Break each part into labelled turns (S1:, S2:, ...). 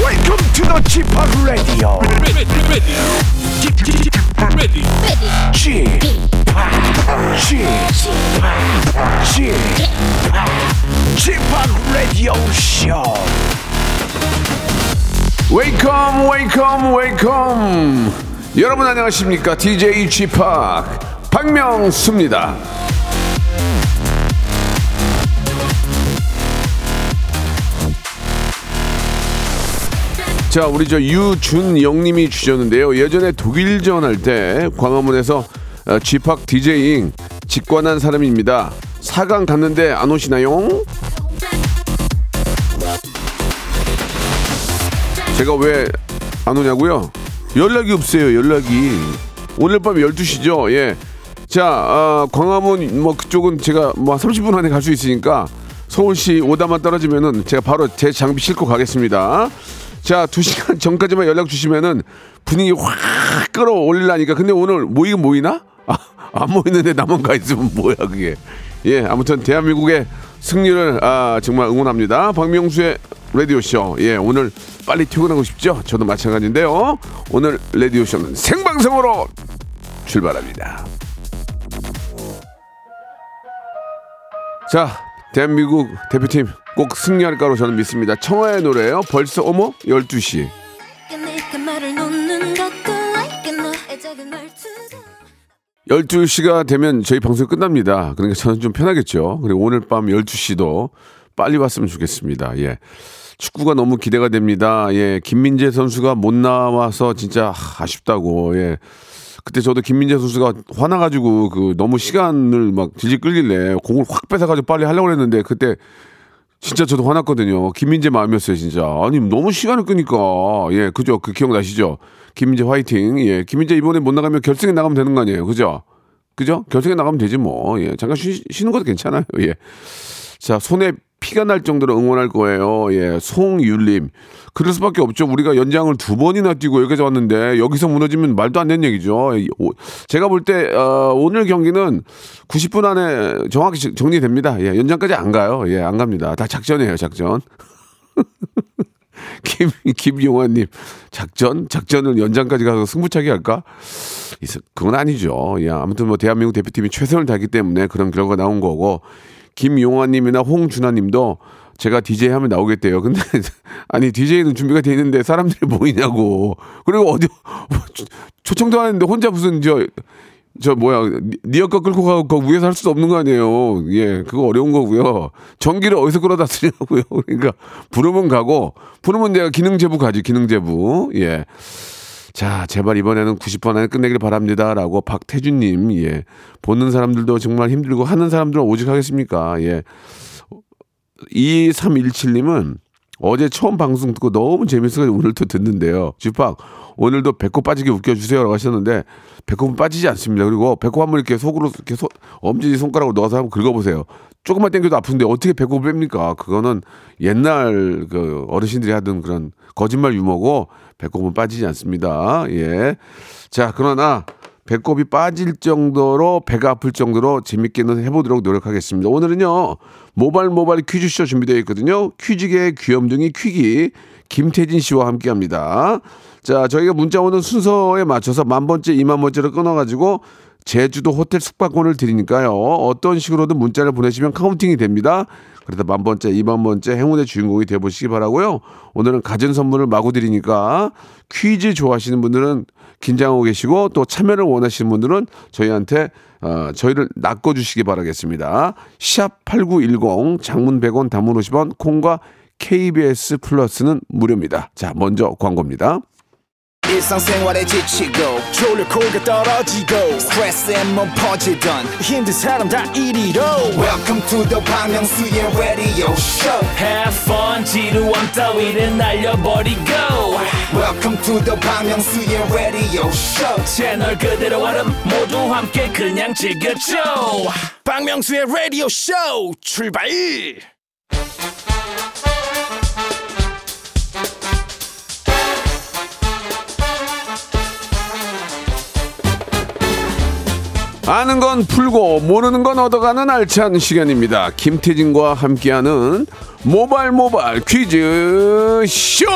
S1: Welcome to the Chip Radio.
S2: ready, ready, ready, ready.
S1: Chip, Chip, Chip, Chip Radio Show.
S3: 웨이컴 웨이컴 웨이컴 여러분 안녕하십니까 DJ 지팍 박명수입니다 자 우리 저 유준영님이 주셨는데요 예전에 독일전 할 때 광화문에서 어, 지팍 DJing 직관한 사람입니다 4강 갔는데 안 오시나요? 제가 왜 안 오냐고요? 연락이 없어요. 연락이. 오늘 밤 12시죠. 예. 자, 아, 광화문 뭐 그쪽은 제가 뭐 30분 안에 갈 수 있으니까 서울시 오다만 떨어지면은 제가 바로 제 장비 싣고 가겠습니다. 자, 2시간 전까지만 연락 주시면은 분위기 확 끌어올리라니까. 근데 오늘 모이긴 모이나? 아, 안 모이는데 나만 가 있으면 뭐야, 그게. 예, 아무튼 대한민국의 승리를 아, 정말 응원합니다. 박명수의 라디오쇼. 예, 오늘 빨리 퇴근하고 싶죠? 저도 마찬가지인데요. 오늘 라디오쇼는 생방송으로 출발합니다. 자, 대한민국 대표팀 꼭 승리할 거로 저는 믿습니다. 청하의 노래예요. 벌써 어머 12시.
S4: 그 말을 놓는 것도 like 너 애적인 말투도
S3: 12시가 되면 저희 방송이 끝납니다. 그러니까 저는 좀 편하겠죠. 그리고 오늘 밤 12시도 빨리 왔으면 좋겠습니다. 예. 축구가 너무 기대가 됩니다. 예. 김민재 선수가 못 나와서 진짜 하, 아쉽다고. 예. 그때 저도 김민재 선수가 화나가지고 그 너무 시간을 막 질질 끌길래 공을 확 뺏어가지고 빨리 하려고 했는데 그때 진짜 저도 화났거든요. 김민재 마음이었어요, 진짜. 아니, 너무 시간을 끄니까. 예, 그죠. 그 기억나시죠? 김민재 화이팅. 예, 김민재 이번에 못 나가면 결승에 나가면 되는 거 아니에요? 그죠? 그죠? 결승에 나가면 되지 뭐. 예, 잠깐 쉬, 쉬는 것도 괜찮아요. 예. 자, 손에 피가 날 정도로 응원할 거예요. 예, 송율림. 그럴 수밖에 없죠. 우리가 연장을 두 번이나 뛰고 여기까지 왔는데 여기서 무너지면 말도 안 되는 얘기죠. 이- 오- 제가 볼 때 어, 오늘 경기는 90분 안에 정확히 지- 정리됩니다. 예, 연장까지 안 가요. 예, 안 갑니다. 다 작전이에요, 작전. 김 김용환님 작전 작전을 연장까지 가서 승부차기 할까? 있어- 그건 아니죠. 예, 아무튼 뭐 대한민국 대표팀이 최선을 다했기 때문에 그런 결과가 나온 거고 김용환님이나 홍준하님도 제가 DJ 하면 나오겠대요. 근데 아니 DJ는 준비가 돼 있는데 사람들이 모이냐고. 그리고 어디 초- 초청도 안 했는데 혼자 무슨 저. 저 뭐야 니- 니어커 끌고 가고 거 위에서 할 수도 없는 거 아니에요. 예, 그거 어려운 거고요. 전기를 어디서 끌어다 쓰냐고요. 그러니까 부르면 가고 부르면 내가 기능 제부 가지 기능 제부. 예, 자, 제발 이번에는 90번 안에 끝내길 바랍니다. 라고 박태준님, 예. 보는 사람들도 정말 힘들고 하는 사람들은 오직 하겠습니까? 예. 2317님은 어제 처음 방송 듣고 너무 재밌어가지고 오늘 또 듣는데요. 주팍, 오늘도 배꼽 빠지게 웃겨주세요. 라고 하셨는데, 배꼽은 빠지지 않습니다. 그리고 배꼽 한번 이렇게 속으로, 이렇게 손- 엄지 손가락으로 넣어서 한번 긁어보세요. 조금만 당겨도 아픈데 어떻게 배꼽을 뺍니까? 그거는 옛날 그 어르신들이 하던 그런 거짓말 유머고, 배꼽은 빠지지 않습니다. 예. 자, 그러나, 배꼽이 빠질 정도로 배가 아플 정도로 재밌게는 해보도록 노력하겠습니다. 오늘은요 모발 모발 퀴즈쇼 준비되어 있거든요. 퀴즈계의 귀염둥이 퀴기 김태진 씨와 함께합니다. 자 저희가 문자 오는 순서에 맞춰서 만 번째, 이만 번째로 끊어가지고 제주도 호텔 숙박권을 드리니까요. 어떤 식으로든 문자를 보내시면 카운팅이 됩니다. 그래서 만 번째, 이만 번째 행운의 주인공이 되어보시기 바라고요. 오늘은 가전 선물을 마구 드리니까 퀴즈 좋아하시는 분들은 긴장하고 계시고 또 참여를 원하시는 분들은 저희한테 어, 저희를 낚아주시기 바라겠습니다. 샵8910 장문 100원 단문 50원 콩과 KBS 플러스는 무료입니다. 자 먼저 광고입니다.
S5: 일상생활에 지치고, 졸려 코가 떨어지고, 스트레스에 몸 퍼지던, 힘든 사람 다 이리로. welcome to the Bang Myung-soo's radio show
S2: Have fun 지루함 따위를 날려버리고
S5: welcome to the Bang Myung-soo's radio show
S2: 채널 그대로 얼음 모두 함께 그냥 즐겨줘
S1: 박명수의 라디오 쇼 출발!
S3: 아는 건 풀고 모르는 건 얻어가는 알찬 시간입니다. 김태진과 함께하는 모발 모발 퀴즈 쇼.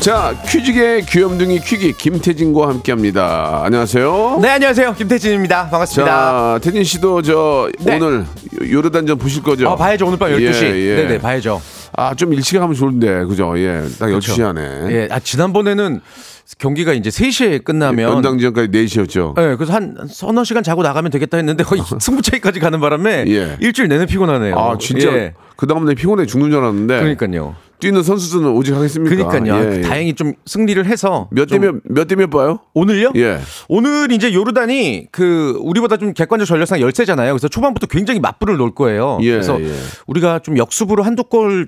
S3: 자 퀴즈계의 귀염둥이 퀴기 김태진과 함께합니다. 안녕하세요.
S6: 네 안녕하세요 김태진입니다 반갑습니다
S3: 자 태진 씨도 저
S6: 네.
S3: 오늘 요르단전 보실 거죠?
S6: 아 봐야죠 오늘 밤
S3: 예,
S6: 12시
S3: 예.
S6: 네네 봐야죠
S3: 아, 좀 일찍 하면 좋은데, 그죠? 예. 딱 12시 안에.
S6: 그렇죠. 예아 지난번에는 경기가 이제 3시에 끝나면
S3: 예, 연장전까지 4시였죠.
S6: 예, 그래서 한 서너 시간 자고 나가면 되겠다 했는데 거의 승부차기까지 가는 바람에
S3: 예.
S6: 일주일 내내 피곤하네요
S3: 아, 진짜.
S6: 예.
S3: 그 다음날 피곤해 죽는 줄 알았는데.
S6: 그러니까요
S3: 뛰는 선수들은 오직 하겠습니까?
S6: 그러니까요 아,
S3: 예, 예.
S6: 다행히 좀 승리를 해서
S3: 몇 대
S6: 좀-
S3: 몇, 몇 대 몇 봐요?
S6: 오늘요?
S3: 예.
S6: 오늘 이제 요르단이 그 우리보다 좀 객관적 전력상 열세잖아요. 그래서 초반부터 굉장히 맞불을 놓을 거예요.
S3: 예,
S6: 그래서
S3: 예.
S6: 우리가 좀 역습으로 한두 골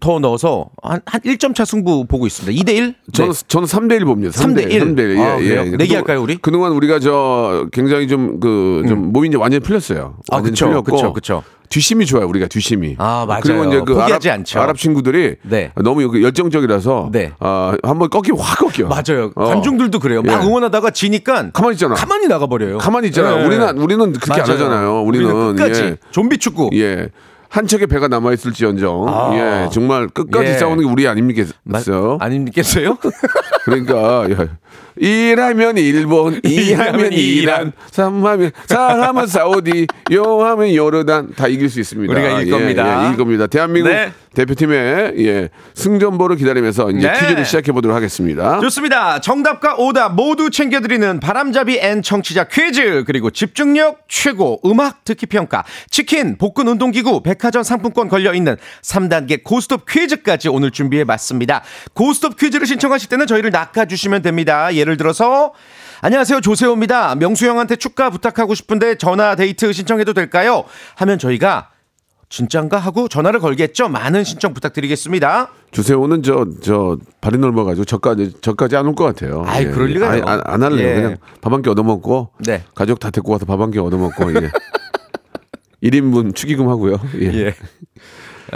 S6: 더 넣어서 한, 한 1점 차 승부 보고 있습니다. 2대 네. 1?
S3: 아, 저는, 저는 3대1 봅니다. 3대1.
S6: 3대1.
S3: 3대1.
S6: 아,
S3: 예,
S6: 그래요?
S3: 예.
S6: 내기할까요, 우리? 음.
S3: 그동안 우리가 저 굉장히 좀 그, 좀 몸이 이제 완전히 풀렸어요.
S6: 아,
S3: 완전히
S6: 그쵸,
S3: 풀렸고.
S6: 그쵸, 그쵸.
S3: 뒷심이 좋아요, 우리가 뒷심이.
S6: 아, 맞아요.
S3: 그리고 이제 그
S6: 포기하지
S3: 아랍,
S6: 않죠.
S3: 아랍 친구들이
S6: 네.
S3: 너무 그 열정적이라서.
S6: 네.
S3: 아, 한번 꺾이면 확 꺾여.
S6: 맞아요.
S3: 어.
S6: 관중들도 그래요. 막
S3: 예.
S6: 응원하다가 지니까
S3: 가만히 있잖아.
S6: 가만히 나가버려요.
S3: 가만히 있잖아요.
S6: 예.
S3: 우리는 우리는 그렇게 안
S6: 맞아요.
S3: 하잖아요. 우리는,
S6: 끝까지
S3: 예.
S6: 좀비 축구.
S3: 예. 한 척의 배가 남아 있을지언정
S6: 아.
S3: 예 정말 끝까지
S6: 예.
S3: 싸우는 게 우리
S6: 마-
S3: 아닙니겠어요?
S6: 아니겠어요?
S3: 그러니까 예. 일하면 일본, 이하면 이란,
S6: 이하면 이란,
S3: 삼하면 사하면 사우디, 요하면 요르단 다 이길 수 있습니다.
S6: 우리가 이길
S3: 예,
S6: 겁니다.
S3: 예, 이길 겁니다. 대한민국
S6: 네.
S3: 대표팀의 예, 승전보를 기다리면서 이제
S6: 네.
S3: 퀴즈를 시작해 보도록 하겠습니다.
S6: 좋습니다. 정답과 오답 모두 챙겨드리는 바람잡이 앤 청취자 퀴즈 그리고 집중력 최고 음악 듣기 평가 치킨 복근 운동기구 백화점 상품권 걸려있는 3단계 고스톱 퀴즈까지 오늘 준비해봤습니다. 고스톱 퀴즈를 신청하실 때는 저희를 낚아주시면 됩니다. 예를 들어서 안녕하세요 조세호입니다. 명수 형한테 축가 부탁하고 싶은데 전화 데이트 신청해도 될까요? 하면 저희가 진짠가 하고 전화를 걸겠죠. 많은 신청 부탁드리겠습니다.
S3: 주세호는 저 저 발이 넓어가지고 저까지 저까지 안 올 것 같아요. 예,
S6: 아이, 그럴 리가요.
S3: 아니, 안, 안 할래요.
S6: 예.
S3: 그냥 밥 한 끼 얻어먹고
S6: 네.
S3: 가족 다 데리고 가서 밥 한 끼 얻어먹고 예. 1인분 축의금 하고요. 예.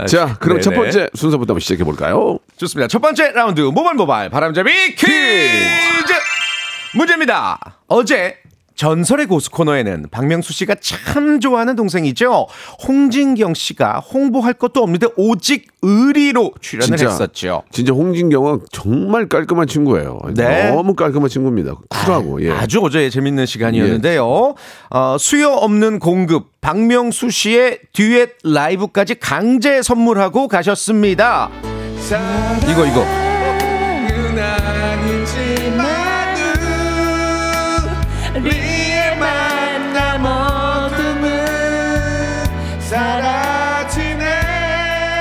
S3: 자, 그럼 첫
S6: 아, 네네.
S3: 번째 순서부터 한번 시작해 볼까요?
S6: 좋습니다. 첫 번째 라운드 모발 모발 바람잡이 퀴즈 문제입니다. 어제 전설의 고수 코너에는 박명수 씨가 참 좋아하는 동생이죠. 홍진경 씨가 홍보할 것도 없는데 오직 의리로 출연을 했었죠.
S3: 진짜 홍진경은 정말 깔끔한 친구예요.
S6: 네.
S3: 너무 깔끔한 친구입니다. 쿨하고 예.
S6: 아주 어제 재밌는 시간이었는데요. 어, 수요 없는 공급 박명수 씨의 듀엣 라이브까지 강제 선물하고 가셨습니다. 이거 이거.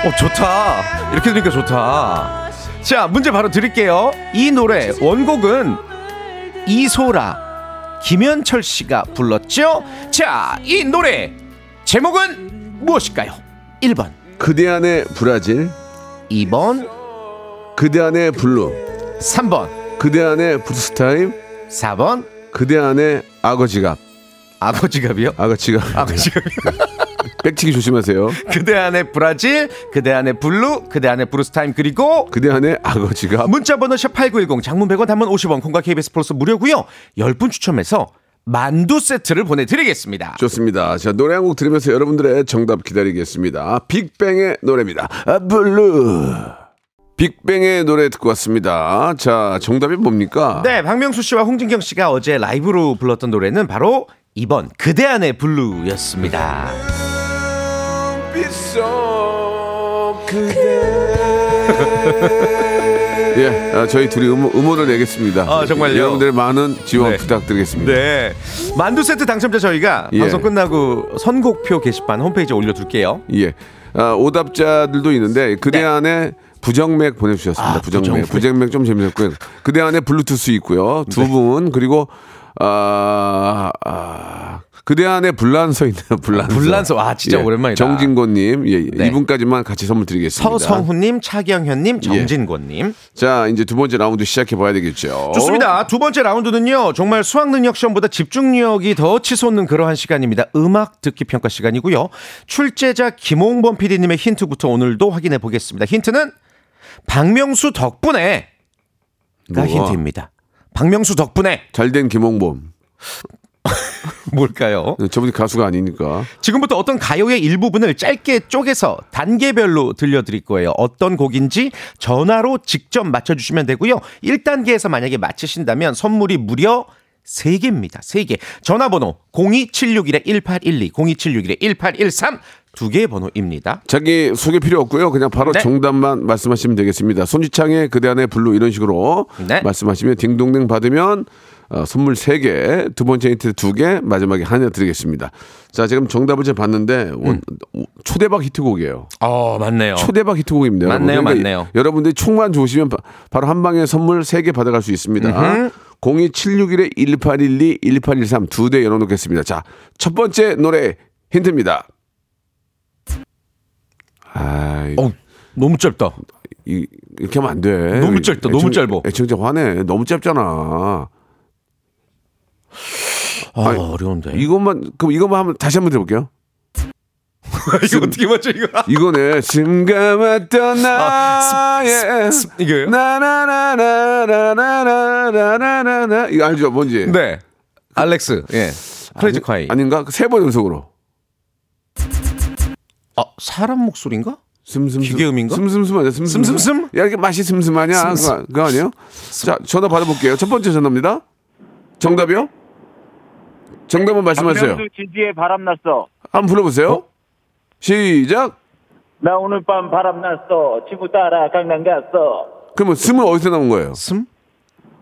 S6: 어 좋다. 이렇게 들으니까 좋다. 자 문제 바로 드릴게요. 이 노래 원곡은 이소라 김현철 씨가 불렀죠. 자 이 노래 제목은 무엇일까요? 1번,
S3: 그대 안의 브라질,
S6: 2번,
S3: 그대 안의 블루,
S6: 3번,
S3: 그대 안의 브루스타임,
S6: 4번.
S3: 그대 안의 아거지갑,
S6: 아버지갑이요?
S3: 아거지갑. 예.
S6: 아버지갑.
S3: 빽치기 조심하세요.
S6: 그대 안에 브라질, 그대 안에 블루, 그대 안에 브루스타임 그리고
S3: 그대 안의 아거지갑.
S6: 문자 번호 샵8910 장문 100원 단문 50원 콩과 KBS 플러스 무료고요. 10분 추첨해서 만두 세트를 보내 드리겠습니다.
S3: 좋습니다. 자, 노래 한 곡 들으면서 여러분들의 정답 기다리겠습니다. 빅뱅의 노래입니다. 아, 블루. 빅뱅의 노래 듣고 왔습니다. 자, 정답이 뭡니까?
S6: 네, 박명수 씨와 홍진경 씨가 어제 라이브로 불렀던 노래는 바로 2번 그대 안의 블루였습니다.
S3: 예, 아, 저희 둘이 음, 음원을 내겠습니다.
S6: 아, 정말요?
S3: 여러분들의 많은 지원
S6: 네.
S3: 부탁드리겠습니다.
S6: 네. 만두 세트 당첨자 저희가
S3: 예.
S6: 방송 끝나고 선곡표 게시판 홈페이지에 올려 둘게요.
S3: 예. 아, 오답자들도 있는데 그대
S6: 네.
S3: 안에 부정맥 보내주셨습니다.
S6: 아,
S3: 부정맥.
S6: 부정맥.
S3: 부정맥 좀 재밌었고요. 그대 안에 블루투스 있고요.
S6: 네.
S3: 두 분. 그리고, 아, 아, 그대 안에 불란서 있네요. 불란서.
S6: 아, 불란서. 와, 진짜 오랜만이다.
S3: 아, 예. 정진곤님. 예,
S6: 네.
S3: 이분까지만 같이 선물 드리겠습니다.
S6: 서성훈 님, 차경현
S3: 예.
S6: 님, 정진권 님.
S3: 자, 이제 두 번째 라운드 시작해 봐야 되겠죠.
S6: 좋습니다. 두 번째 라운드는요. 정말 수학 능력 시험보다 집중력이 더 치솟는 그러한 시간입니다. 음악 듣기 평가 시간이고요. 출제자 김홍범 PD님의 힌트부터 오늘도 확인해 보겠습니다. 힌트는 박명수 덕분에 가
S3: 뭐가?
S6: 힌트입니다. 박명수 덕분에
S3: 잘된 김홍범.
S6: 뭘까요?
S3: 저분이 가수가 아니니까.
S6: 지금부터 어떤 가요의 일부분을 짧게 쪼개서 단계별로 들려드릴 거예요. 어떤 곡인지 전화로 직접 맞춰주시면 되고요. 1단계에서 만약에 맞히신다면 선물이 무려 3개입니다. 3개. 전화번호 02761-1812, 02761-1813 두 개의 번호입니다.
S3: 자기 소개 필요 없고요. 그냥 바로
S6: 네.
S3: 정답만 말씀하시면 되겠습니다. 손지창의 그대 안에 블루 이런 식으로
S6: 네.
S3: 말씀하시면 딩동댕 받으면 어, 선물 3개, 두 번째 힌트 2개, 마지막에 하나 드리겠습니다. 자, 지금 정답을 제가 봤는데 원-
S6: 음.
S3: 초대박 히트곡이에요.
S6: 어, 맞네요.
S3: 초대박 히트곡입니다.
S6: 맞네요,
S3: 여러분.
S6: 맞네요.
S3: 여러분들이 총만 좋으시면 바, 바로 한 방에 선물 3개 받아갈 수 있습니다. 02761-1812, 1813 두 대 열어놓겠습니다. 자, 첫 번째 노래 힌트입니다. 아, 이-
S6: 어, 너무 짧다.
S3: 이, 이렇게 하면 안 돼.
S6: 너무 짧다, 너무
S3: 애청-
S6: 짧아.
S3: 애청자 화내. 너무 짧잖아.
S6: 아,
S3: 아니,
S6: 어려운데.
S3: 이것만, 그럼 이것만 한번 다시 한번 들어볼게요.
S6: 이거 어떻게 맞춰, 이거?
S3: 이거네 심감했던
S6: 아,
S3: 나의
S6: 습, 이거요?
S3: 나나나나나나나나나나 이거 알죠 뭔지
S6: 네. 알렉스, 예. 크레이지 콰이.
S3: 아닌가 그 세 번 연속으로
S6: 아, 사람 목소리인가?
S3: 슴슴
S6: 기계음인가?
S3: 슴슴슴 아니야 슴슴
S6: 슴슴슴?
S3: 야 이렇게 맛이 슴슴하냐
S6: 슴슴.
S3: 그거, 그거 아니에요 자 전화 받아볼게요 첫 번째 전화입니다 정답이요 정답은 말씀하세요
S7: 박명수 지지에 바람났어.
S3: 한번 불러보세요 시작
S7: 나 오늘 밤 바람났어. 친구 따라 강남 갔어.
S3: 그러면 슴은 어디서 나온 거예요
S6: 슴?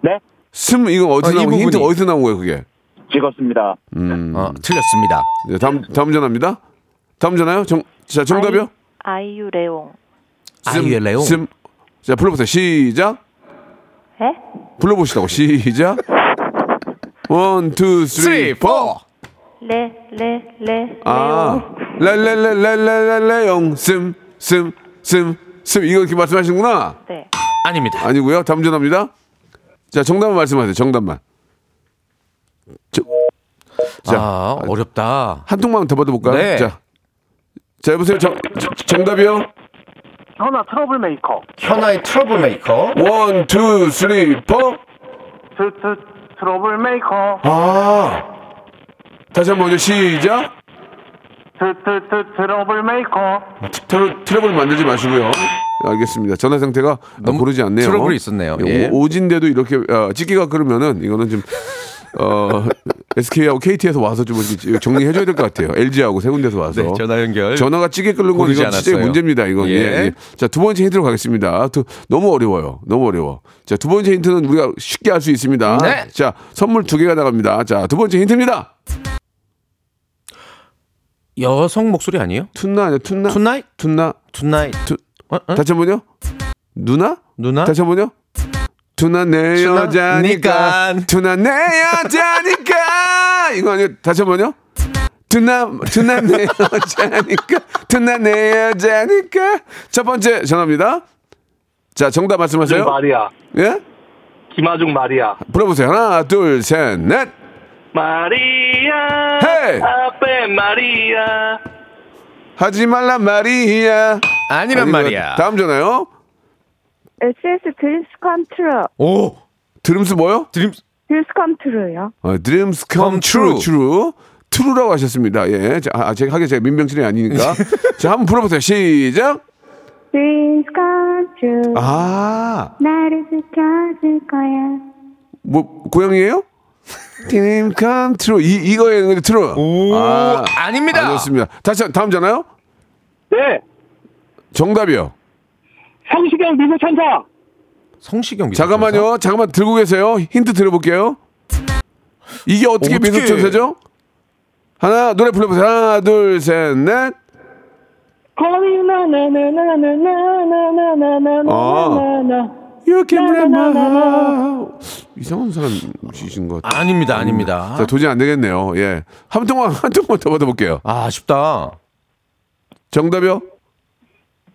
S7: 네?
S3: 슴 이건 어디서
S6: 아, 이
S3: 나온 힌트
S6: 부분이.
S3: 어디서 나온 거예요 그게
S7: 즐겁습니다.
S6: 어, 틀렸습니다.
S3: 네, 다음 다음 전화입니다. 다음 전화요. 정, 자 정답이요.
S8: 아이유 레옹.
S6: 아이유의 레옹.
S3: 슴. 자 불러보세요. 시작.
S8: 에?
S3: 불러보시라고 시작. 원, 투, 쓰리, 포.
S8: 레, 레, 레,
S3: 아,
S8: 레옹.
S3: 랄랄랄랄랄랄레용 슴, 슴, 슴, 슴. 이거 이렇게 말씀하시는구나.
S8: 네.
S6: 아닙니다.
S3: 아니고요. 다음 전화입니다. 자 정답만 말씀하세요. 정답만. 저, 자,
S6: 아, 어렵다.
S3: 한 통만 더 받아볼까요?
S6: 네.
S3: 자, 자 여보세요. 정, 정- 정답이요.
S7: 현아 트러블메이커.
S6: 현아의 트러블 메이커.
S3: 원, 투, 쓰리, 포.
S7: 트트 트러블메이커.
S3: 아. 다시 한번 먼저 시작.
S7: 트트트 트러블메이커.
S3: 트러, 트러블 만들지 마시고요. 알겠습니다. 전화 상태가 아,
S6: 너무
S3: 고르지 않네요.
S6: 트러블이 있었네요. 예.
S3: 오, 진데도 이렇게 아, 찍기가 그러면은 이거는 좀 어, SK하고 KT에서 와서 좀 이렇게 정리해 줘야 될 것 같아요. LG하고 세 군데서 와서.
S6: 네, 전화 연결.
S3: 전화가 찌개 끓는 건
S6: 고르지
S3: 이건 진짜
S6: 않았어요.
S3: 문제입니다. 이건 예.
S6: 예.
S3: 예. 자, 두 번째 힌트로 가겠습니다. 두- 너무 어려워요. 너무 어려워. 자, 두 번째 힌트는 우리가 쉽게 할 수 있습니다.
S6: 네.
S3: 자, 선물 두 개가 나갑니다. 자, 두 번째 힌트입니다.
S6: 여성 목소리 아니에요?
S3: 툰나 아니야? 툰나?
S6: 투나잇?
S3: 툰나?
S6: 투나잇.
S3: 투-
S6: 어? 어?
S3: 다시 한 번요? 누나?
S6: 누나?
S3: 다시 한 번요? 투나 내
S6: 투나
S3: 여자니까
S6: 니깐.
S3: 투나 내 여자니까 이거 아니에요? 다시 한 번요? 투나 투나 내 여자니까 투나 내 여자니까 첫 번째 전화입니다. 자 정답 말씀하세요.
S7: 마리아.
S3: 예?
S7: 그 김아중 마리아.
S3: 불러보세요. 하나 둘 셋 넷.
S7: 마리아.
S3: 헤이!
S7: 앞에 마리아.
S3: 하지 말란 말이야.
S6: 아니란
S3: 아니면
S6: 말이야.
S3: 다음 전화요.
S8: SS 드림스 컴트루.
S6: 오!
S3: 드림스 뭐요?
S6: 드림
S8: 드림스 컴트루요.
S3: 어, dreams come
S6: Come
S3: true,
S6: true.
S3: true. true라고 하셨습니다. 예. 자, 아, 제가 하게 제가 민병철이 아니니까. 자, 한번 불러보세요. 시작.
S8: 드림스 컴트루.
S3: 아,
S8: 나를 지켜줄 거야.
S3: 뭐 고양이에요? dreams come true. 이 이거예요, 이거 true.
S6: 오, 아닙니다.
S3: 아니었습니다. 다시 한- 다음 전화요.
S7: 네.
S3: 정답이요.
S7: 성시경 미소천사.
S6: 성시경 미소
S3: 잠깐만요. 잠깐만 들고 계세요. 힌트 들어볼게요. 이게 어떻게
S6: 어떻게-
S3: 민속천사죠? 하나 노래 불러보세요. 하나 둘 셋 넷.
S7: 거리
S3: 아.
S7: 나나나나나나나나나나나나.
S3: You can break my heart. 아. 이상한 사람이신 것 같아요.
S6: 아닙니다. 아닙니다.
S3: 음, 자, 도저히 안 되겠네요. 예. 한 통만, 한 통만 더 받아볼게요.
S6: 아, 아쉽다.
S3: 정답이요?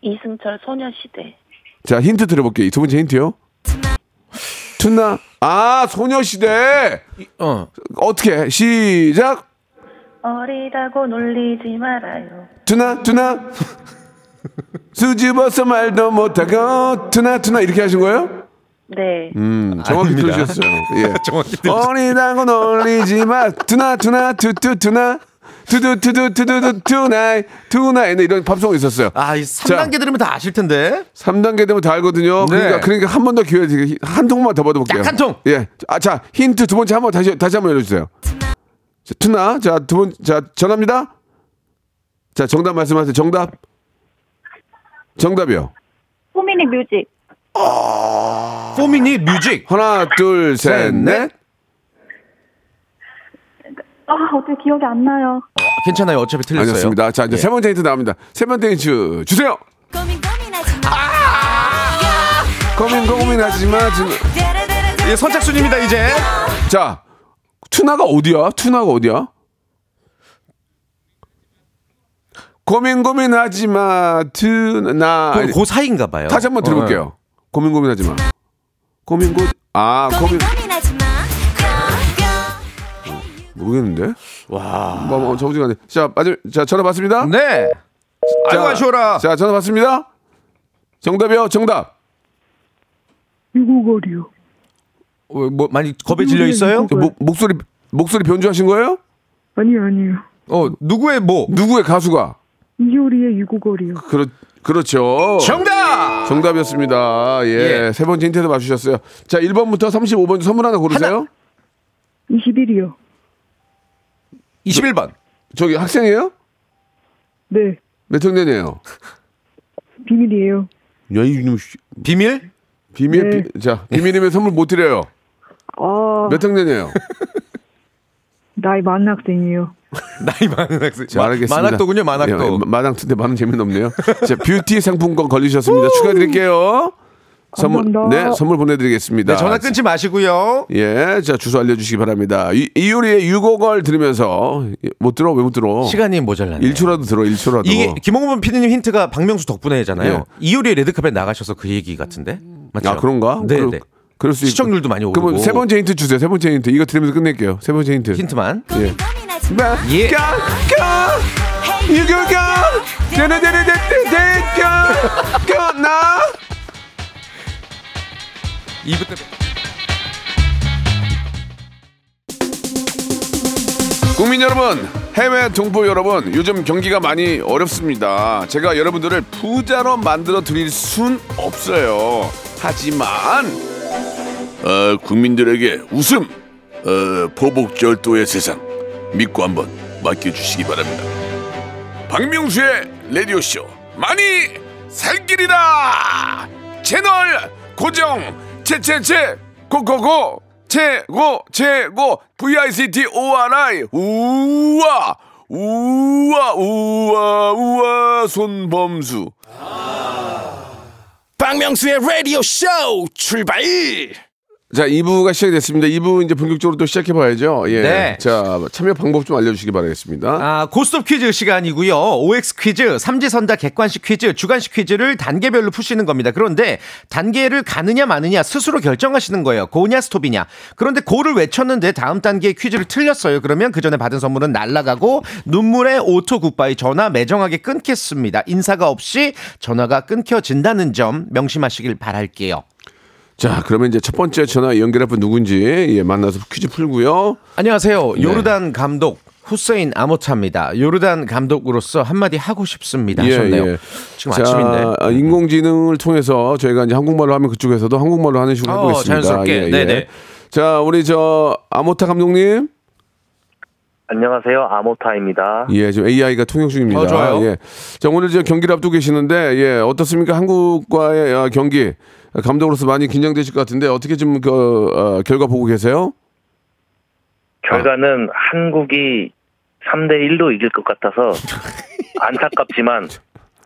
S8: 이승철 소녀시대.
S3: 자, 힌트 들어볼게요. 두 번째 힌트요. 투나. 아, 소녀시대.
S6: 어.
S3: 어떻게? 시작.
S8: 어리다고 놀리지 말아요.
S3: 투나, 투나. 수집어서 말도 못하고 투나 투나 이렇게 하신 거예요?
S8: 네.
S3: 음, 정확히
S6: 아닙니다.
S3: 들으셨어요. 예.
S6: 정확히 들으셨어요.
S3: 어리다고 놀리지 마. 투나 투나 투투 투나 투두 투두 투두두 투나이 투나이 네, 이런 팝송 있었어요.
S6: 아, 이 3단계 들으면 다 아실 텐데.
S3: 3단계 되면 다 알거든요.
S6: 네.
S3: 그러니까 그러니까 한 번 더 기회 드리- 한 통만 더 받아볼게요.
S6: 딱한 통.
S3: 예. 아, 자 힌트 두 번째 한 번 다시 다시 한 번 열어주세요. 자, 투나 자두번자 전합니다. 자 정답 말씀하세요. 정답. 정답이요.
S8: 호민의 뮤직.
S6: 포미니 뮤직.
S3: 하나 둘 셋 넷.
S8: 아, 어떻게 기억이 안 나요.
S6: 괜찮아요. 어차피 틀렸어요.
S3: 아니었습니다. 자 이제
S6: 예.
S3: 세 번째 힌트 나옵니다. 세 번째 힌트 주세요.
S4: 고민 고민하지 마.
S9: 아!
S3: 고민 고민하지 마. 지금.
S6: 예, 선착순입니다, 이제.
S3: 자 투나가 어디야? 투나가 어디야? 고민 고민하지 마 투나
S6: 그, 그 사이인가 봐요.
S3: 다시 한번 들어볼게요.
S6: 네.
S3: 고민 고민하지 마. 고민 고. 아 고민
S4: 고민 고민하지 마.
S3: 모르겠는데.
S6: 와.
S3: 뭐, 뭐 정중간에. 자 마지막 자 전화 받습니다.
S6: 어. 네.
S3: 자,
S6: 아이고, 아쉬워라.
S3: 자 전화 받습니다. 정답이요. 정답.
S8: 유고거리요.
S6: 어, 뭐, 많이 겁에 질려 있어요?
S3: 저 목, 목소리 목소리 변조하신 거예요?
S8: 아니요, 아니요.
S6: 어, 누구의 뭐?
S3: 누구의 가수가?
S8: 이효리의 유고거리요.
S3: 그렇 그렇죠.
S6: 정답!
S3: 정답이었습니다. 예.
S6: 예.
S3: 세 번째 힌트도 맞추셨어요. 자, 1번부터 35번 선물 하나 고르세요.
S8: 21이요.
S6: 21번.
S3: 저기 학생이에요?
S8: 네.
S3: 몇 학년이에요?
S8: 비밀이에요.
S3: 야, 이놈
S6: 비밀?
S3: 비밀
S8: 네.
S3: 비, 자, 비밀이면 선물 못 드려요.
S8: 아,
S3: 몇 학년이에요?
S8: 나이 많은 학생이에요.
S6: 나이 많은 학생.
S3: 자, 알겠습니다.
S6: 만학도군요, 만학도.
S3: 예, 만학도인데 만은 재미는 없네요. 자, 뷰티 상품권 걸리셨습니다. 축하드릴게요. 선물
S8: 감사합니다.
S3: 네, 선물 보내 드리겠습니다.
S6: 네, 전화 끊지 마시고요.
S3: 예, 자 주소 알려주시기 바랍니다. 이, 이효리의 유곡을 들으면서 예, 못 들어 왜 못 들어?
S6: 시간이 모자라네요.
S3: 1초라도 들어 1초라도.
S6: 이게 김홍범 PD님 힌트가 박명수 덕분에잖아요.
S3: 예.
S6: 이효리의 레드카펫 나가셔서 그 얘기 같은데. 맞죠?
S3: 아 그런가?
S6: 네,
S3: 그럴-
S6: 네.
S3: 그럴 수 있고.
S6: 시청률도 많이 오르고.
S3: 그러면 세 번째 힌트 주세요. 세 번째 힌트. 이거 들으면서 끝낼게요. 세 번째 힌트.
S6: 힌트만.
S9: 예.
S4: 고민 고민하지 마.
S3: 마-
S6: 예.
S3: 가, 가, 유교가, 데데데데데데, 가, 가, 나.
S6: 2부 때
S3: 국민 여러분, 해외 동포 여러분, 요즘 경기가 많이 어렵습니다. 제가 여러분들을 부자로 만들어 드릴 순 없어요. 하지만 어, 국민들에게 웃음, 어, 보복절도의 세상 믿고 한번 맡겨주시기 바랍니다. 박명수의 라디오 쇼 많이 살기리라 채널 고정 채채채 고고고 최고 최고 VICT ORI 우와 우와 우와 우와 손범수
S1: 박명수의 라디오 쇼
S5: Oh,
S1: 출발!
S3: 자 2부가 시작이 됐습니다 2부 이제 본격적으로 또 시작해 봐야죠 예.
S6: 네.
S3: 자 참여 방법 좀 알려주시기 바라겠습니다
S6: 아, 고스톱 퀴즈 시간이고요. OX 퀴즈, 삼지선다 객관식 퀴즈, 주관식 퀴즈를 단계별로 푸시는 겁니다. 그런데 단계를 가느냐 마느냐 스스로 결정하시는 거예요. 고냐 스톱이냐. 그런데 고를 외쳤는데 다음 단계 퀴즈를 틀렸어요. 그러면 그 전에 받은 선물은 날아가고 눈물의 오토 굿바이 전화 매정하게 끊겠습니다. 인사가 없이 전화가 끊겨진다는 점 명심하시길 바랄게요.
S3: 자 그러면 이제 첫 번째 전화 연결할 분 누군지 예, 만나서 퀴즈 풀고요
S6: 안녕하세요.
S3: 네.
S6: 요르단 감독 후세인 아모차입니다. 요르단 감독으로서 한마디 하고 싶습니다. 하셨네요. 지금
S3: 예, 자,
S6: 아침인데.
S3: 아, 인공지능을 통해서 저희가 이제 한국말로 하면 그쪽에서도 한국말로 하는 식으로
S6: 어,
S3: 하고 있습니다. 예,
S6: 자연스럽게. 네네.
S3: 자, 우리 저 아모타 감독님.
S7: 안녕하세요. 아모타입니다.
S3: 예, 지금 AI가 통역 중입니다.
S6: 어, 좋아요.
S3: 예. 자, 오늘 저 경기를 앞두고 계시는데 예, 어떻습니까? 한국과의 아, 경기 감독으로서 많이 긴장되실 것 같은데 어떻게 지금 그 어, 결과 보고 계세요?
S7: 결과는 한국이 3대 1로 이길 것 같아서 안타깝지만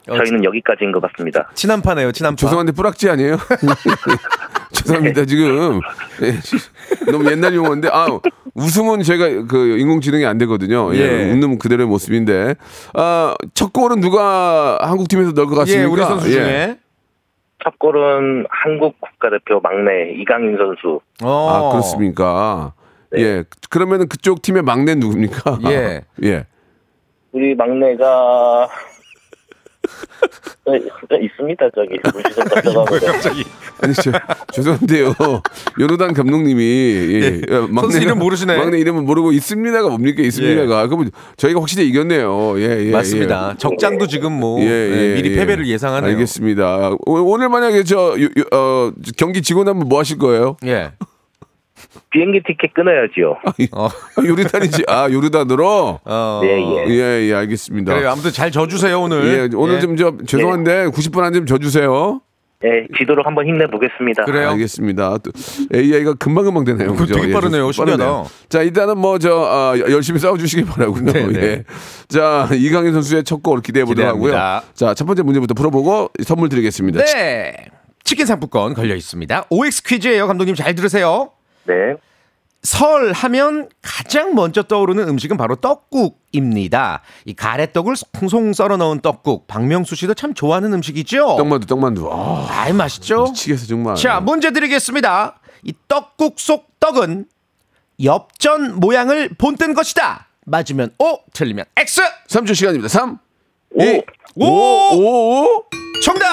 S7: 저희는 여기까지인 것 같습니다.
S6: 친한파네요, 친한파.
S3: 죄송한데 뿌락지 아니에요? 죄송합니다 지금 예, 너무 옛날 용어인데 아 웃음은 제가 그 인공지능이 안 되거든요. 예,
S6: 예.
S3: 웃는 그대로의 모습인데 아첫 골은 누가 한국 팀에서 넣을 것 같습니까?
S6: 예, 우리 선수
S3: 예.
S6: 중에.
S7: 첫 골은 한국 국가대표 막내 이강인 선수.
S6: 어. 네.
S3: 아 그렇습니까? 예 그러면은 그쪽 팀의 막내 누굽니까?
S6: 예.
S3: 예.
S7: 우리 막내가 네, 있습니다 저기 물시좀 가져가고
S6: 갑자기
S3: 아니 저, 죄송한데요. 연우단 감독님이 예, 예,
S6: 선수 이름 모르시네.
S3: 막내 이름은 모르고 있습니다가 뭡니까 있습니다가 그러면 저희가 확실히 이겼네요. 예, 예,
S6: 맞습니다. 적장도 지금 뭐
S3: 예.
S6: 예, 미리 패배를 예상하네요.
S3: 알겠습니다. 아, 오, 늘 만약에 저 요- 요- 어, 경기 지고 나면 뭐 하실 거예요?
S6: 예.
S7: 비행기 티켓 끊어야지요.
S6: 어.
S3: 아, 요리단이지. 아 요리단으로.
S6: 어.
S7: 네, 예.
S3: 예, 예, 알겠습니다.
S6: 그래요. 아무튼 잘 져주세요 오늘.
S3: 예, 오늘
S6: 예.
S3: 좀 저 죄송한데 90분 한 점 져주세요.
S7: 네, 지도로 한번 힘내보겠습니다.
S6: 그래요.
S3: 알겠습니다. 또 AI가 금방금방 되네요.
S6: 그거
S3: 그죠?
S6: 되게
S3: 예,
S6: 빠르네요.
S3: 좀
S6: 신기하다.
S3: 자, 일단은 뭐, 저, 아, 열심히 싸워주시기 바라고요
S6: 네, 네.
S3: 예. 자, 이강인 선수의 첫 골 기대해 보도록 하고요.
S6: 기대합니다.
S3: 자, 첫 번째 문제부터 풀어보고 선물 드리겠습니다.
S6: 네. 치킨 상품권 걸려 있습니다. OX 퀴즈예요. 감독님 잘 들으세요.
S7: 네.
S6: 설 하면 가장 먼저 떠오르는 음식은 바로 떡국입니다. 이 가래떡을 송송 썰어 넣은 떡국. 박명수 씨도 참 좋아하는 음식이죠.
S3: 떡만두, 떡만두. 아,
S6: 아이 뭐 맛있죠.
S3: 미치겠어, 정말.
S6: 자, 문제 드리겠습니다. 이 떡국 속 떡은 엽전 모양을 본뜬 것이다. 맞으면 O, 틀리면 X.
S3: 3초 시간입니다. 3,
S7: 오.
S3: 2,
S6: 오.
S3: 5, 5.
S6: 정답!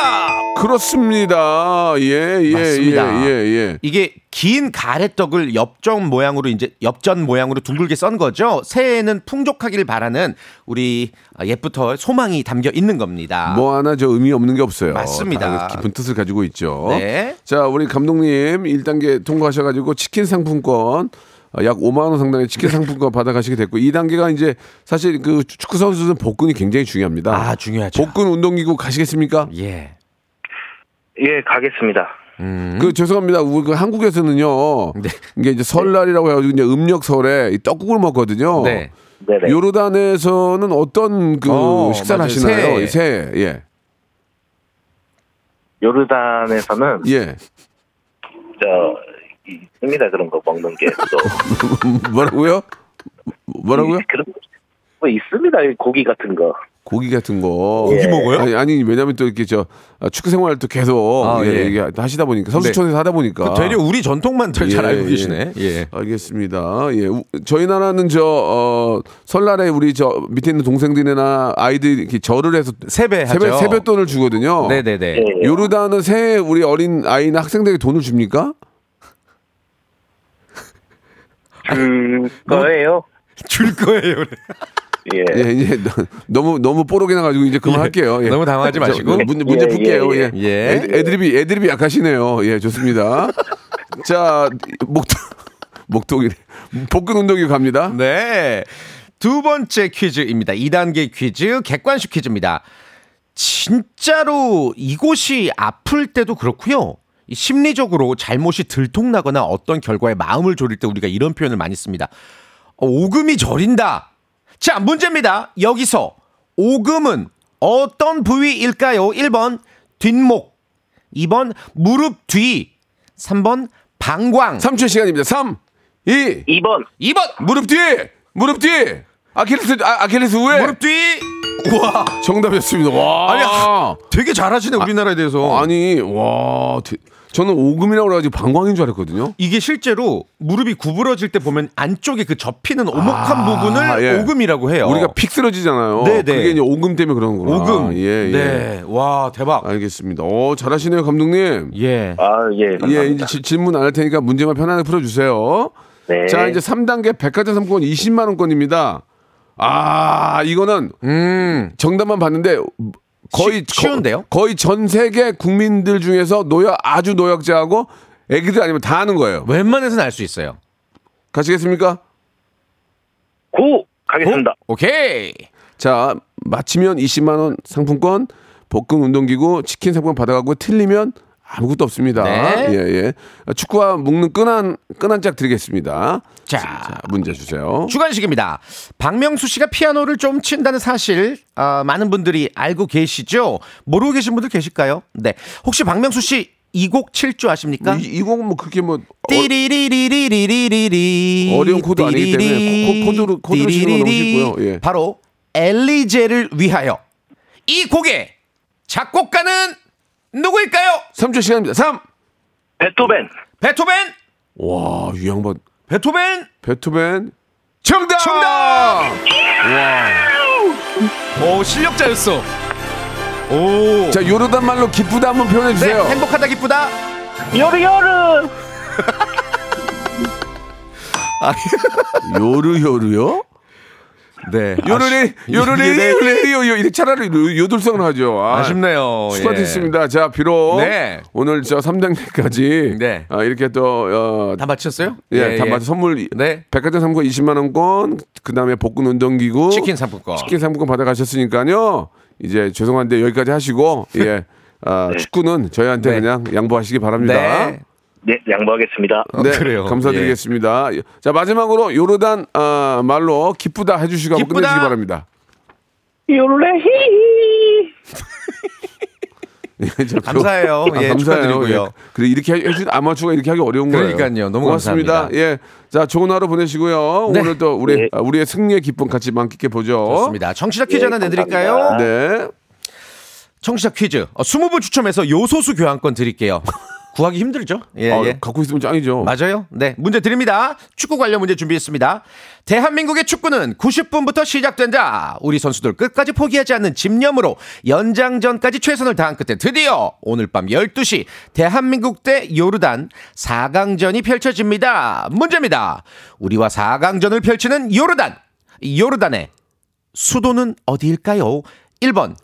S3: 그렇습니다. 예, 예,
S6: 맞습니다.
S3: 예, 예, 예.
S6: 이게 긴 가래떡을 엽전 모양으로 이제 엽전 모양으로 둥글게 썬 거죠. 새해에는 풍족하길 바라는 우리 옛부터 소망이 담겨 있는 겁니다.
S3: 뭐 하나 저 의미 없는 게 없어요.
S6: 아. 맞습니다.
S3: 다 깊은 뜻을 가지고 있죠.
S6: 네.
S3: 자, 우리 감독님 1단계 통과하셔가지고 치킨 상품권 어, 약 5만 원 상당의 치킨 상품권 받아가시게 됐고 2단계가 이제 사실 그 축구 선수는 복근이 굉장히 중요합니다.
S6: 아, 중요하죠.
S3: 복근 운동기구 가시겠습니까?
S6: 예.
S7: 예, 가겠습니다.
S3: 그 죄송합니다. 우리 그 한국에서는요.
S6: 음. 네.
S3: 이게 이제 설날이라고 해가지고 이제 음력설에 이 떡국을 먹거든요.
S6: 네.
S7: 네네.
S3: 요르단에서는 어떤 그
S6: 어,
S3: 식사를
S6: 맞아요.
S3: 하시나요?
S6: 새해.
S3: 새해. 예.
S7: 요르단에서는
S3: 예.
S7: 저 있습니다 그런 거 먹는 게 또
S3: 음, 뭐라고요? 뭐라고요?
S7: 그런 뭐 있습니다 이 고기 같은 거.
S3: 고기 같은 거.
S7: 예.
S6: 고기 먹어요?
S3: 아니, 아니 왜냐면 또 이렇게 저 아, 축구 생활 또 계속
S6: 아,
S3: 예,
S6: 예. 그
S3: 이게 하시다 보니까 선수촌에서 하다 보니까
S6: 되려 우리 전통만 잘, 잘
S3: 아. 예,
S6: 알고
S3: 예.
S6: 계시네. 예.
S3: 알겠습니다. 예, 우- 저희 나라는 저 어, 설날에 우리 저 밑에 있는 동생들이나 아이들 이렇게 절을 해서
S6: 세배하죠.
S3: 세배 세뱃돈을 주거든요.
S6: 네네네.
S7: 예.
S3: 요르단은 새해 우리 어린 아이나 학생들에게 돈을 줍니까? 아,
S7: 음, 거예요.
S6: 줄 거예요. 그래.
S7: 예.
S3: 뭐? 예, 이제 너- 너무 너무 뽀록이 나가지고 이제 그만할게요. 예.
S6: 너무 당황하지
S3: 저,
S6: 마시고.
S3: 문- 문제, 문제
S7: 예,
S3: 풀게요. 예,
S7: 예,
S6: 예. 예.
S3: 애드- 애드립이 애드립이 약하시네요. 예, 좋습니다. 자, 목동 목동이 복근 운동이 갑니다.
S6: 네. 두 번째 퀴즈입니다. 2단계 퀴즈, 객관식 퀴즈입니다. 진짜로 이곳이 아플 때도 그렇고요. 이 심리적으로 잘못이 들통나거나 어떤 결과에 마음을 졸일 때 우리가 이런 표현을 많이 씁니다. 어, 오금이 저린다. 자, 문제입니다. 여기서 오금은 어떤 부위일까요? 1번 뒷목, 2번 무릎 뒤, 3번 방광,
S3: 3초 시간입니다. 3, 2,
S7: 2번
S6: 2번
S3: 무릎 뒤, 무릎 뒤. 아킬레스 아, 아킬레스 후에
S6: 무릎 뒤. 우와.
S3: 정답이었습니다. 와.
S6: 아니,
S3: 아,
S6: 되게 잘하시네 우리나라에 대해서.
S3: 아니, 와. 대- 저는 오금이라고 그래 가지고 방광인 줄 알았거든요.
S6: 이게 실제로 무릎이 구부러질 때 보면 안쪽에 그 접히는 오목한
S3: 아,
S6: 부분을
S3: 예.
S6: 오금이라고 해요.
S3: 우리가 픽 쓰러지잖아요.
S6: 어. 네, 네.
S3: 그게 이제 오금 때문에 그런 거구나.
S6: 오금.
S3: 예, 예.
S6: 네. 와 대박.
S3: 알겠습니다. 오, 잘하시네요, 감독님.
S6: 예.
S7: 아예 감사합니다.
S3: 예, 이제 지- 질문 안 할 테니까 문제만 편안하게 풀어주세요.
S7: 네.
S3: 자, 이제 3단계 백화점 상품권 20만 원권입니다. 아, 이거는
S6: 음.
S3: 정답만 봤는데 거의
S6: 쉬- 쉬운데요?
S3: 거, 거의 전 세계 국민들 중에서 노약 아주 노약자하고 애기들 아니면 다 하는 거예요.
S6: 웬만해서는 알 수 있어요.
S3: 가시겠습니까?
S7: 고 가겠습니다.
S6: 오케이.
S3: 자, 맞히면 20만 원 상품권, 복근 운동기구, 치킨 상품권 받아가고 틀리면 아무것도 없습니다.
S6: 네.
S3: 예, 예. 축구와 묶는 끈한 끈한 짝 드리겠습니다.
S6: 자.
S3: 문제 주세요.
S6: 주간식입니다. 박명수 씨가 피아노를 좀 친다는 사실 아, 많은 분들이 알고 계시죠? 모르고 계신 분들 계실까요? 네. 혹시 박명수 씨 이 곡 칠 줄 아십니까?
S3: 이, 이 곡은 뭐 그렇게 뭐 어,
S6: 띠리리리리리리리리
S3: 어려운 코드 아니기 때문에
S6: 띠리리.
S3: 코- 코드로- 코드로 치는 건
S6: 띠리리리.
S3: 너무 쉽고요. 예.
S6: 바로 엘리제를 위하여 이 곡의 작곡가는 누구일까요?
S3: 3초 시간입니다. 3.
S7: 베토벤.
S6: 베토벤
S3: 와, 이 양반
S6: 베토벤
S3: 베토벤
S6: 정답 정답 오 실력자였어 오.
S3: 자, 요르단 말로 기쁘다 한번 표현해
S6: 네,
S3: 주세요.
S6: 행복하다 기쁘다.
S10: 요르요르
S3: 요르 요르요?
S6: 네.
S3: 요르리 요르리 요르리 요 이렇게 차라리 요- 요들성을 하죠. 아,
S6: 아쉽네요.
S3: 수고하셨습니다. 자, 비록
S6: 어, 예. 네.
S3: 오늘 저 3단계까지
S6: 네.
S3: 아, 이렇게 또 어,
S6: 다 맞췄어요?
S3: 예, 다 맞아 선물 이-
S6: 네.
S3: 백화점 상품권 20만 원권, 그다음에 복근 운동기구,
S6: 치킨 상품권.
S3: 치킨 상품권 받아가셨으니까요. 이제 죄송한데 여기까지 하시고 예, 아, 축구는 저희한테
S6: 네.
S3: 그냥 양보하시기 바랍니다.
S6: 네. 어,
S7: 네, 양보하겠습니다.
S3: 네,
S6: 그래요. 예.
S3: 감사드리겠습니다. 자 마지막으로 요르단 아, 말로 기쁘다 해주시고 한번
S6: 기쁘다.
S3: 끝내시기 바랍니다.
S10: 요르레 히히
S3: 예, 저-
S6: 감사해요. 예, 축하드리고요.
S3: 그래 이렇게 해- 해주 아마추어가 이렇게 하기 어려운 거예요.
S6: 그러니까요. 너무
S3: 고맙습니다.
S6: 감사합니다.
S3: 예, 자 좋은 하루 보내시고요.
S6: 네.
S3: 오늘 또 우리
S7: 네.
S3: 아, 우리의 승리의 기쁨 같이 만끽해 보죠.
S6: 좋습니다. 청취자 퀴즈
S7: 예,
S6: 하나 내드릴까요?
S7: 감사합니다.
S3: 네.
S6: 청취자 퀴즈. 어, 20분 추첨해서 요소수 교환권 드릴게요. 구하기 힘들죠? 예,
S3: 아,
S6: 예.
S3: 갖고 있으면 짱이죠.
S6: 맞아요. 네. 문제 드립니다. 축구 관련 문제 준비했습니다. 대한민국의 축구는 90분부터 시작된다. 우리 선수들 끝까지 포기하지 않는 집념으로 연장전까지 최선을 다한 끝에 드디어 오늘 밤 12시 대한민국 대 요르단 4강전이 펼쳐집니다. 문제입니다. 우리와 4강전을 펼치는 요르단. 요르단의 수도는 어디일까요? 1번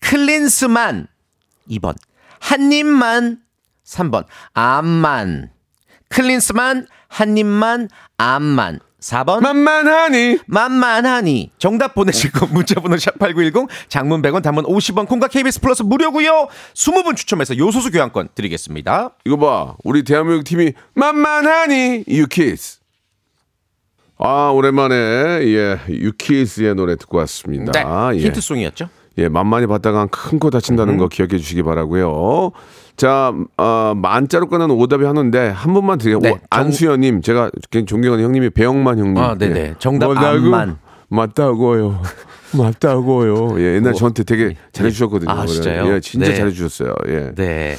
S6: 클린스만 2번 한입만 3번 암만 클린스만 한입만 암만 4번
S3: 만만하니
S6: 만만하니 정답 보내실 건 문자번호 샵8910 장문 100원 단문 50원 콩과 KBS 플러스 무료고요 20분 추첨해서 요소수 교환권 드리겠습니다
S3: 이거 봐 우리 대한민국 팀이 만만하니 유키스 아 오랜만에 예 유키스의 노래 듣고 왔습니다
S6: 네,
S3: 예.
S6: 힌트송이었죠
S3: 예, 만만히 받다가 큰 코 다친다는
S6: 음.
S3: 거 기억해 주시기 바라고요. 자, 어, 만자로 끝나는 오답이 하는데 한 번만 드려요.
S6: 네,
S3: 오, 안수현님, 제가 굉장히 존경하는 형님이 배영만 형님. 예.
S6: 아, 네네. 정답
S3: 뭐라고?
S6: 안만.
S3: 맞다고요. 맞다고요. 예, 옛날
S6: 뭐,
S3: 저한테 되게 잘해주셨거든요.
S6: 아,
S3: 그래요.
S6: 진짜요?
S3: 예, 진짜
S6: 네.
S3: 잘해주셨어요. 예.
S6: 네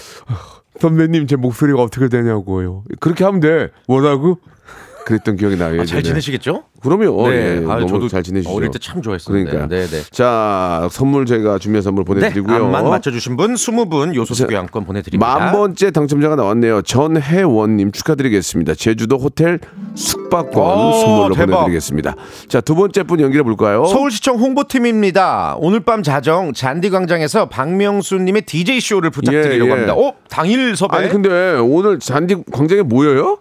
S3: 선배님, 제 목소리가 어떻게 되냐고요. 그렇게 하면 돼. 뭐라고? 그랬던 기억이 나요.
S6: 아, 잘
S3: 예전에.
S6: 지내시겠죠?
S3: 그럼요.
S6: 네.
S3: 예,
S6: 아유,
S3: 너무
S6: 저도
S3: 잘 지내시죠.
S6: 어릴 때참 좋아했었는데.
S3: 그러니까.
S6: 네, 네.
S3: 자, 선물 제가 준비한 선물
S6: 네,
S3: 보내드리고요.
S6: 암만 맞춰주신 분 20분 요소수 교환권 보내드립니다
S3: 만 번째 당첨자가 나왔네요. 전혜원님 축하드리겠습니다. 제주도 호텔 숙박권
S6: 오,
S3: 선물로
S6: 대박.
S3: 보내드리겠습니다. 자, 두 번째 분 연결해 볼까요?
S6: 서울시청 홍보팀입니다. 오늘 밤 자정 잔디광장에서 박명수님의 DJ 쇼를 부탁드리려고
S3: 예, 예.
S6: 합니다. 어 당일 섭외?
S3: 아니 근데 오늘 잔디 광장에 모여요?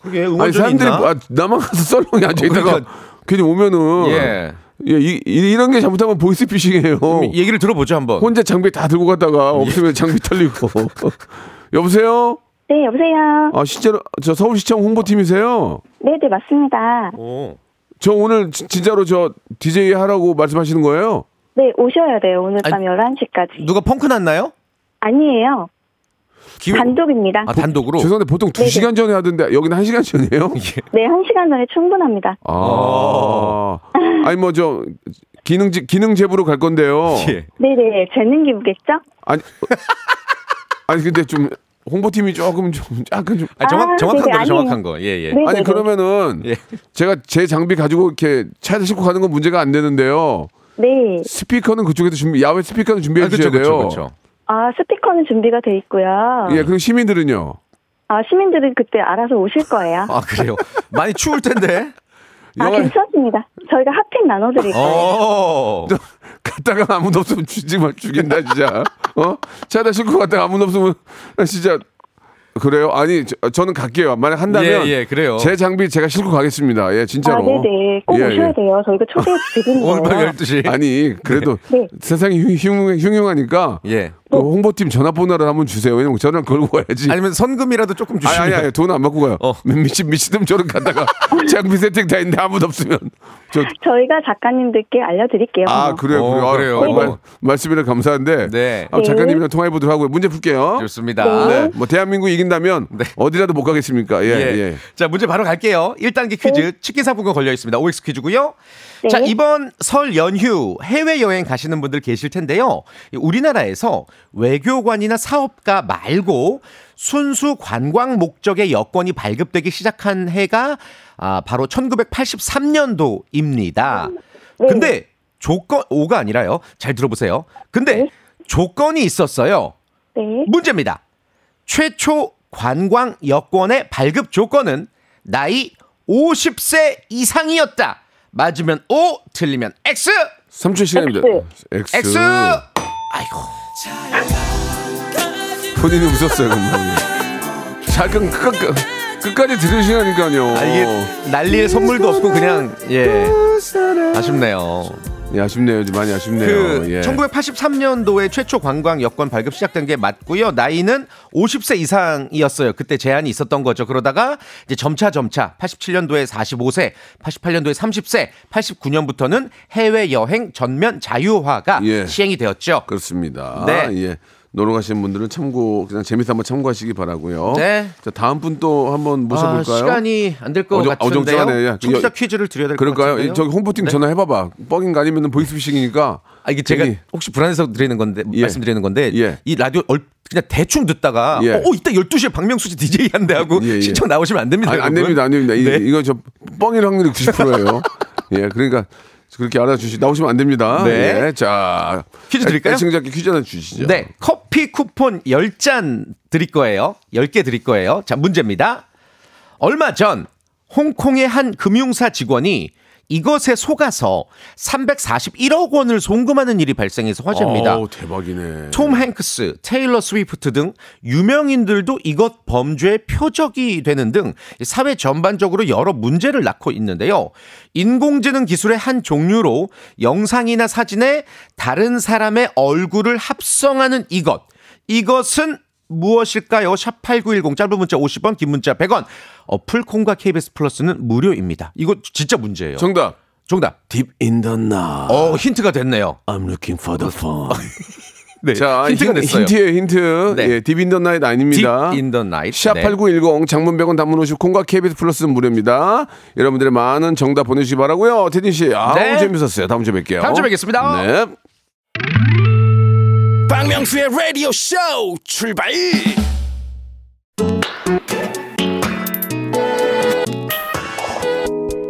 S6: 그게
S3: 아니
S6: 응원전
S3: 사람들이
S6: 있나?
S3: 아, 나만 가서 썰렁이 앉아 있다가
S6: 그러니까.
S3: 괜히 오면은
S6: 예.
S3: 예, 이, 이- 이런 게 잘못하면 보이스피싱이에요.
S6: 얘기를 들어보죠 예. 한번.
S3: 혼자 장비 다 들고 갔다가 없으면 장비 털리고. 여보세요?
S9: 네, 여보세요.
S3: 아 실제로 저 서울시청 홍보팀이세요?
S9: 네, 네, 맞습니다.
S6: 오.
S3: 저 오늘 진- 진짜로 저 DJ 하라고 말씀하시는 거예요?
S9: 네, 오셔야 돼요. 오늘 밤
S6: 아니,
S9: 11시까지.
S6: 누가 펑크 났나요?
S9: 아니에요.
S6: 기회-
S9: 단독입니다.
S6: 아 단독으로.
S3: 죄송한데 보통 두시간 전에 하던데 여기는 한시간 전이에요?
S6: 예.
S9: 네, 1시간 전에 충분합니다.
S6: 어.
S3: 아. 아니 뭐 저 기능 제- 기능 제부로 갈 건데요.
S6: 예.
S9: 네, 네, 재능 기부겠죠?
S3: 아니 어, 아니 근데 좀 홍보팀이 조금 좀 약간 좀
S6: 아니, 정확
S9: 아,
S6: 정확한
S9: 네네,
S6: 거예요. 정확한
S9: 아니에요.
S6: 거. 예예.
S9: 네,
S3: 아니
S9: 네,
S3: 그러면은
S6: 예.
S3: 제가 제 장비 가지고 이렇게 차에 싣고 가는 건 문제가 안 되는데요.
S9: 네.
S3: 스피커는 그쪽에서 준비 야외 스피커는 준비해
S6: 아,
S3: 주셔야
S6: 그렇죠
S3: 돼요.
S6: 그렇죠 그렇죠.
S9: 아, 스피커는 준비가 돼 있고요.
S3: 예, 그리고 시민들은요.
S9: 아, 시민들은 그때 알아서 오실 거예요.
S6: 아 그래요. 많이 추울 텐데.
S9: 아,
S3: 영화-
S9: 괜찮습니다. 저희가 핫팩 나눠 드릴 거예요.
S6: 어.
S3: 갔다가 아무도 없으면 죽이면 죽인다 진짜. 어? 차에다 싣고 갔다가 아무도 없으면 나 진짜 그래요. 아니 저, 는 갈게요. 만약 한다면
S6: 예, 예, 그래요.
S3: 제 장비 제가 싣고 가겠습니다. 예
S9: 아,
S3: 진짜로.
S9: 네, 네. 꼭
S3: 예,
S9: 오셔야
S3: 예.
S9: 돼요. 저희가 초대해 드리는
S6: 오늘 밤
S9: 거예요.
S6: 12시.
S3: 아니 그래도
S9: 네.
S3: 세상이 흉, 흉, 하니까
S6: 예.
S3: 홍보팀 전화번호를 한번 주세요. 왜냐면 전화 걸고 와야지.
S6: 아니면 선금이라도 조금 주시면.
S3: 아니, 아니, 아니, 돈안 받고 가요.
S6: 어.
S3: 미친, 미친놈 저런 갔다가 장비 세팅 다 있는데 아무도 없으면. 저,
S9: 저희가 작가님들께 알려 드릴게요.
S3: 아, 그래요,
S6: 어,
S3: 그래요. 아,
S6: 그래요.
S3: 말- 말씀이라 감사한데.
S6: 네.
S3: 아, 작가님이랑 통화해보도록 하고요. 문제 풀게요.
S6: 좋습니다. 네.
S3: 네. 뭐 대한민국 이긴다면 어디라도 못 가겠습니까? 예,
S6: 예.
S3: 예.
S6: 자, 문제 바로 갈게요. 1단계 퀴즈. 치킨 상품권 걸려 있습니다. OX 퀴즈고요.
S9: 네.
S6: 자, 이번 설 연휴 해외 여행 가시는 분들 계실 텐데요. 이 우리나라에서 외교관이나 사업가 말고 순수 관광 목적의 여권이 발급되기 시작한 해가 아, 바로 1983년도입니다.
S9: 네.
S6: 근데 조건 오가 아니라요. 잘 들어보세요. 근데 조건이 있었어요.
S9: 네.
S6: 문제입니다. 최초 관광 여권의 발급 조건은 나이 50세 이상이었다. 맞으면 O, 틀리면 X.
S3: 3초 시간입니다. X.
S6: X.
S3: 본인이 웃었어요, 금방. 잘 끝- 끝까지, 끝까지 들으시라니까요.
S6: 아, 이게 날릴 선물도 없고 그냥 예 아쉽네요.
S3: 예, 아쉽네요. 좀 많이 아쉽네요.
S6: 그
S3: 예.
S6: 1983년도에 최초 관광 여권 발급 시작된 게 맞고요. 나이는 50세 이상이었어요. 그때 제한이 있었던 거죠. 그러다가 이제 점차 점차 87년도에 45세, 88년도에 30세, 89년부터는 해외 여행 전면 자유화가
S3: 예.
S6: 시행이 되었죠.
S3: 그렇습니다.
S6: 네.
S3: 예. 놀러 가시는 분들은 참고 그냥 재밌어 한번 참고하시기 바라고요.
S6: 네.
S3: 자, 다음 분 또 한번
S6: 아,
S3: 모셔볼까요?
S6: 시간이 안 될 것
S3: 어정-
S6: 같은데요.
S3: 어정쩡하네. 예.
S6: 청취자
S3: 여-
S6: 퀴즈를 드려야 될 것
S3: 그럴까요?
S6: 같은데요.
S3: 이- 저기 홍보팀
S6: 네.
S3: 전화해봐봐. 뻥인가 아니면 보이스피싱이니까.
S6: 아 이게 제가
S3: 괜히-
S6: 혹시 불안해서 드리는 건데
S3: 예.
S6: 말씀드리는 건데
S3: 예.
S6: 이 라디오 얼, 그냥 대충 듣다가
S3: 예.
S6: 어, 어, 이따 12시에 박명수 씨 DJ 한대 하고
S3: 예, 예.
S6: 신청 나오시면 안 됩니다.
S3: 아니, 안
S6: 여러분.
S3: 됩니다, 안 됩니다. 이,
S6: 네.
S3: 이거 저 뻥일 확률이 90%예요. 예, 그러니까 그렇게 알아주시 나오시면 안 됩니다.
S6: 네.
S3: 예, 자
S6: 퀴즈 드릴까요?
S3: 애청자께 퀴즈 하나 주시죠.
S6: 네. 커피 쿠폰 10잔 드릴 거예요. 10개 드릴 거예요. 자, 문제입니다. 얼마 전 홍콩의 한 금융사 직원이 이것에 속아서 341억 원을 송금하는 일이 발생해서 화제입니다.
S3: 어우, 대박이네.
S6: 톰 행크스, 테일러 스위프트 등 유명인들도 이것 범죄의 표적이 되는 등 사회 전반적으로 여러 문제를 낳고 있는데요. 인공지능 기술의 한 종류로 영상이나 사진에 다른 사람의 얼굴을 합성하는 이것. 이것은 무엇일까요? 샵8910 짧은 문자 50원, 긴 문자 100원. 어플 콩과 KBS 플러스는 무료입니다. 이거 진짜 문제예요.
S3: 정답.
S6: 정답.
S1: Deep in the night,
S6: 어, 힌트가 됐네요.
S1: I'm looking for the phone.
S6: 네.
S3: 자
S6: 힌트가
S3: 힌,
S6: 됐어요.
S3: 힌트예요, 힌트.
S6: 네.
S3: 예, 딥인더 나잇 아닙니다.
S6: Deep in the night. 네.
S3: 샵8910 장문 100원 단문 50 콩과 KBS 플러스는 무료입니다. 여러분들의 많은 정답 보내주시기 바라고요. 태진 씨, 아우
S6: 네.
S3: 재밌었어요. 다음 주에 뵐게요.
S6: 다음 주에 뵙겠습니다.
S3: 네.
S1: 박명수의 radio show 출발.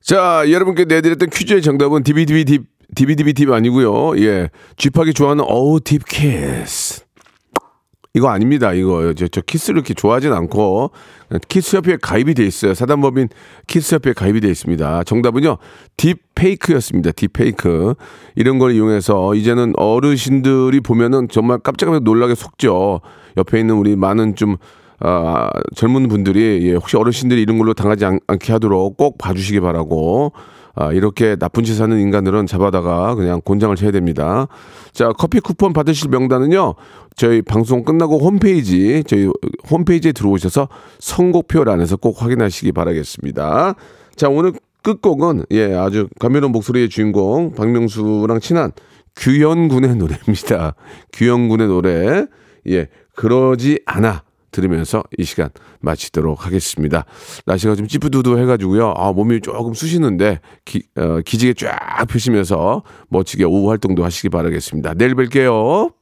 S3: 자, 여러분께 내드렸던 퀴즈의 정답은 디비디비 딥 디비디비 딥 아니고요. 예. 쥐팍이 좋아하는 어우 딥 키스. 이거 아닙니다. 이거 저, 저 키스를 이렇게 좋아하진 않고 키스협회에 가입이 돼 있어요. 사단법인 키스협회에 가입이 돼 있습니다. 정답은요. 딥페이크였습니다. 딥페이크 이런 걸 이용해서 이제는 어르신들이 보면은 정말 깜짝깜짝 놀라게 속죠. 옆에 있는 우리 많은 좀 아, 젊은 분들이 예, 혹시 어르신들이 이런 걸로 당하지 않, 게 하도록 꼭 봐주시기 바라고 아, 이렇게 나쁜 짓 하는 인간들은 잡아다가 그냥 곤장을 쳐야 됩니다. 자, 커피 쿠폰 받으실 명단은요. 저희 방송 끝나고 홈페이지, 저희 홈페이지에 들어오셔서 선곡표란에서 꼭 확인하시기 바라겠습니다. 자, 오늘 끝곡은 예, 아주 감미로운 목소리의 주인공 박명수랑 친한 규현군의 노래입니다. 규현군의 노래. 예, 그러지 않아. 들으면서 이 시간 마치도록 하겠습니다. 날씨가 좀 찌뿌두두 해가지고요. 아, 몸이 조금 쑤시는데 기, 어, 기지개 쫙 펴시면서 멋지게 오후 활동도 하시기 바라겠습니다. 내일 뵐게요.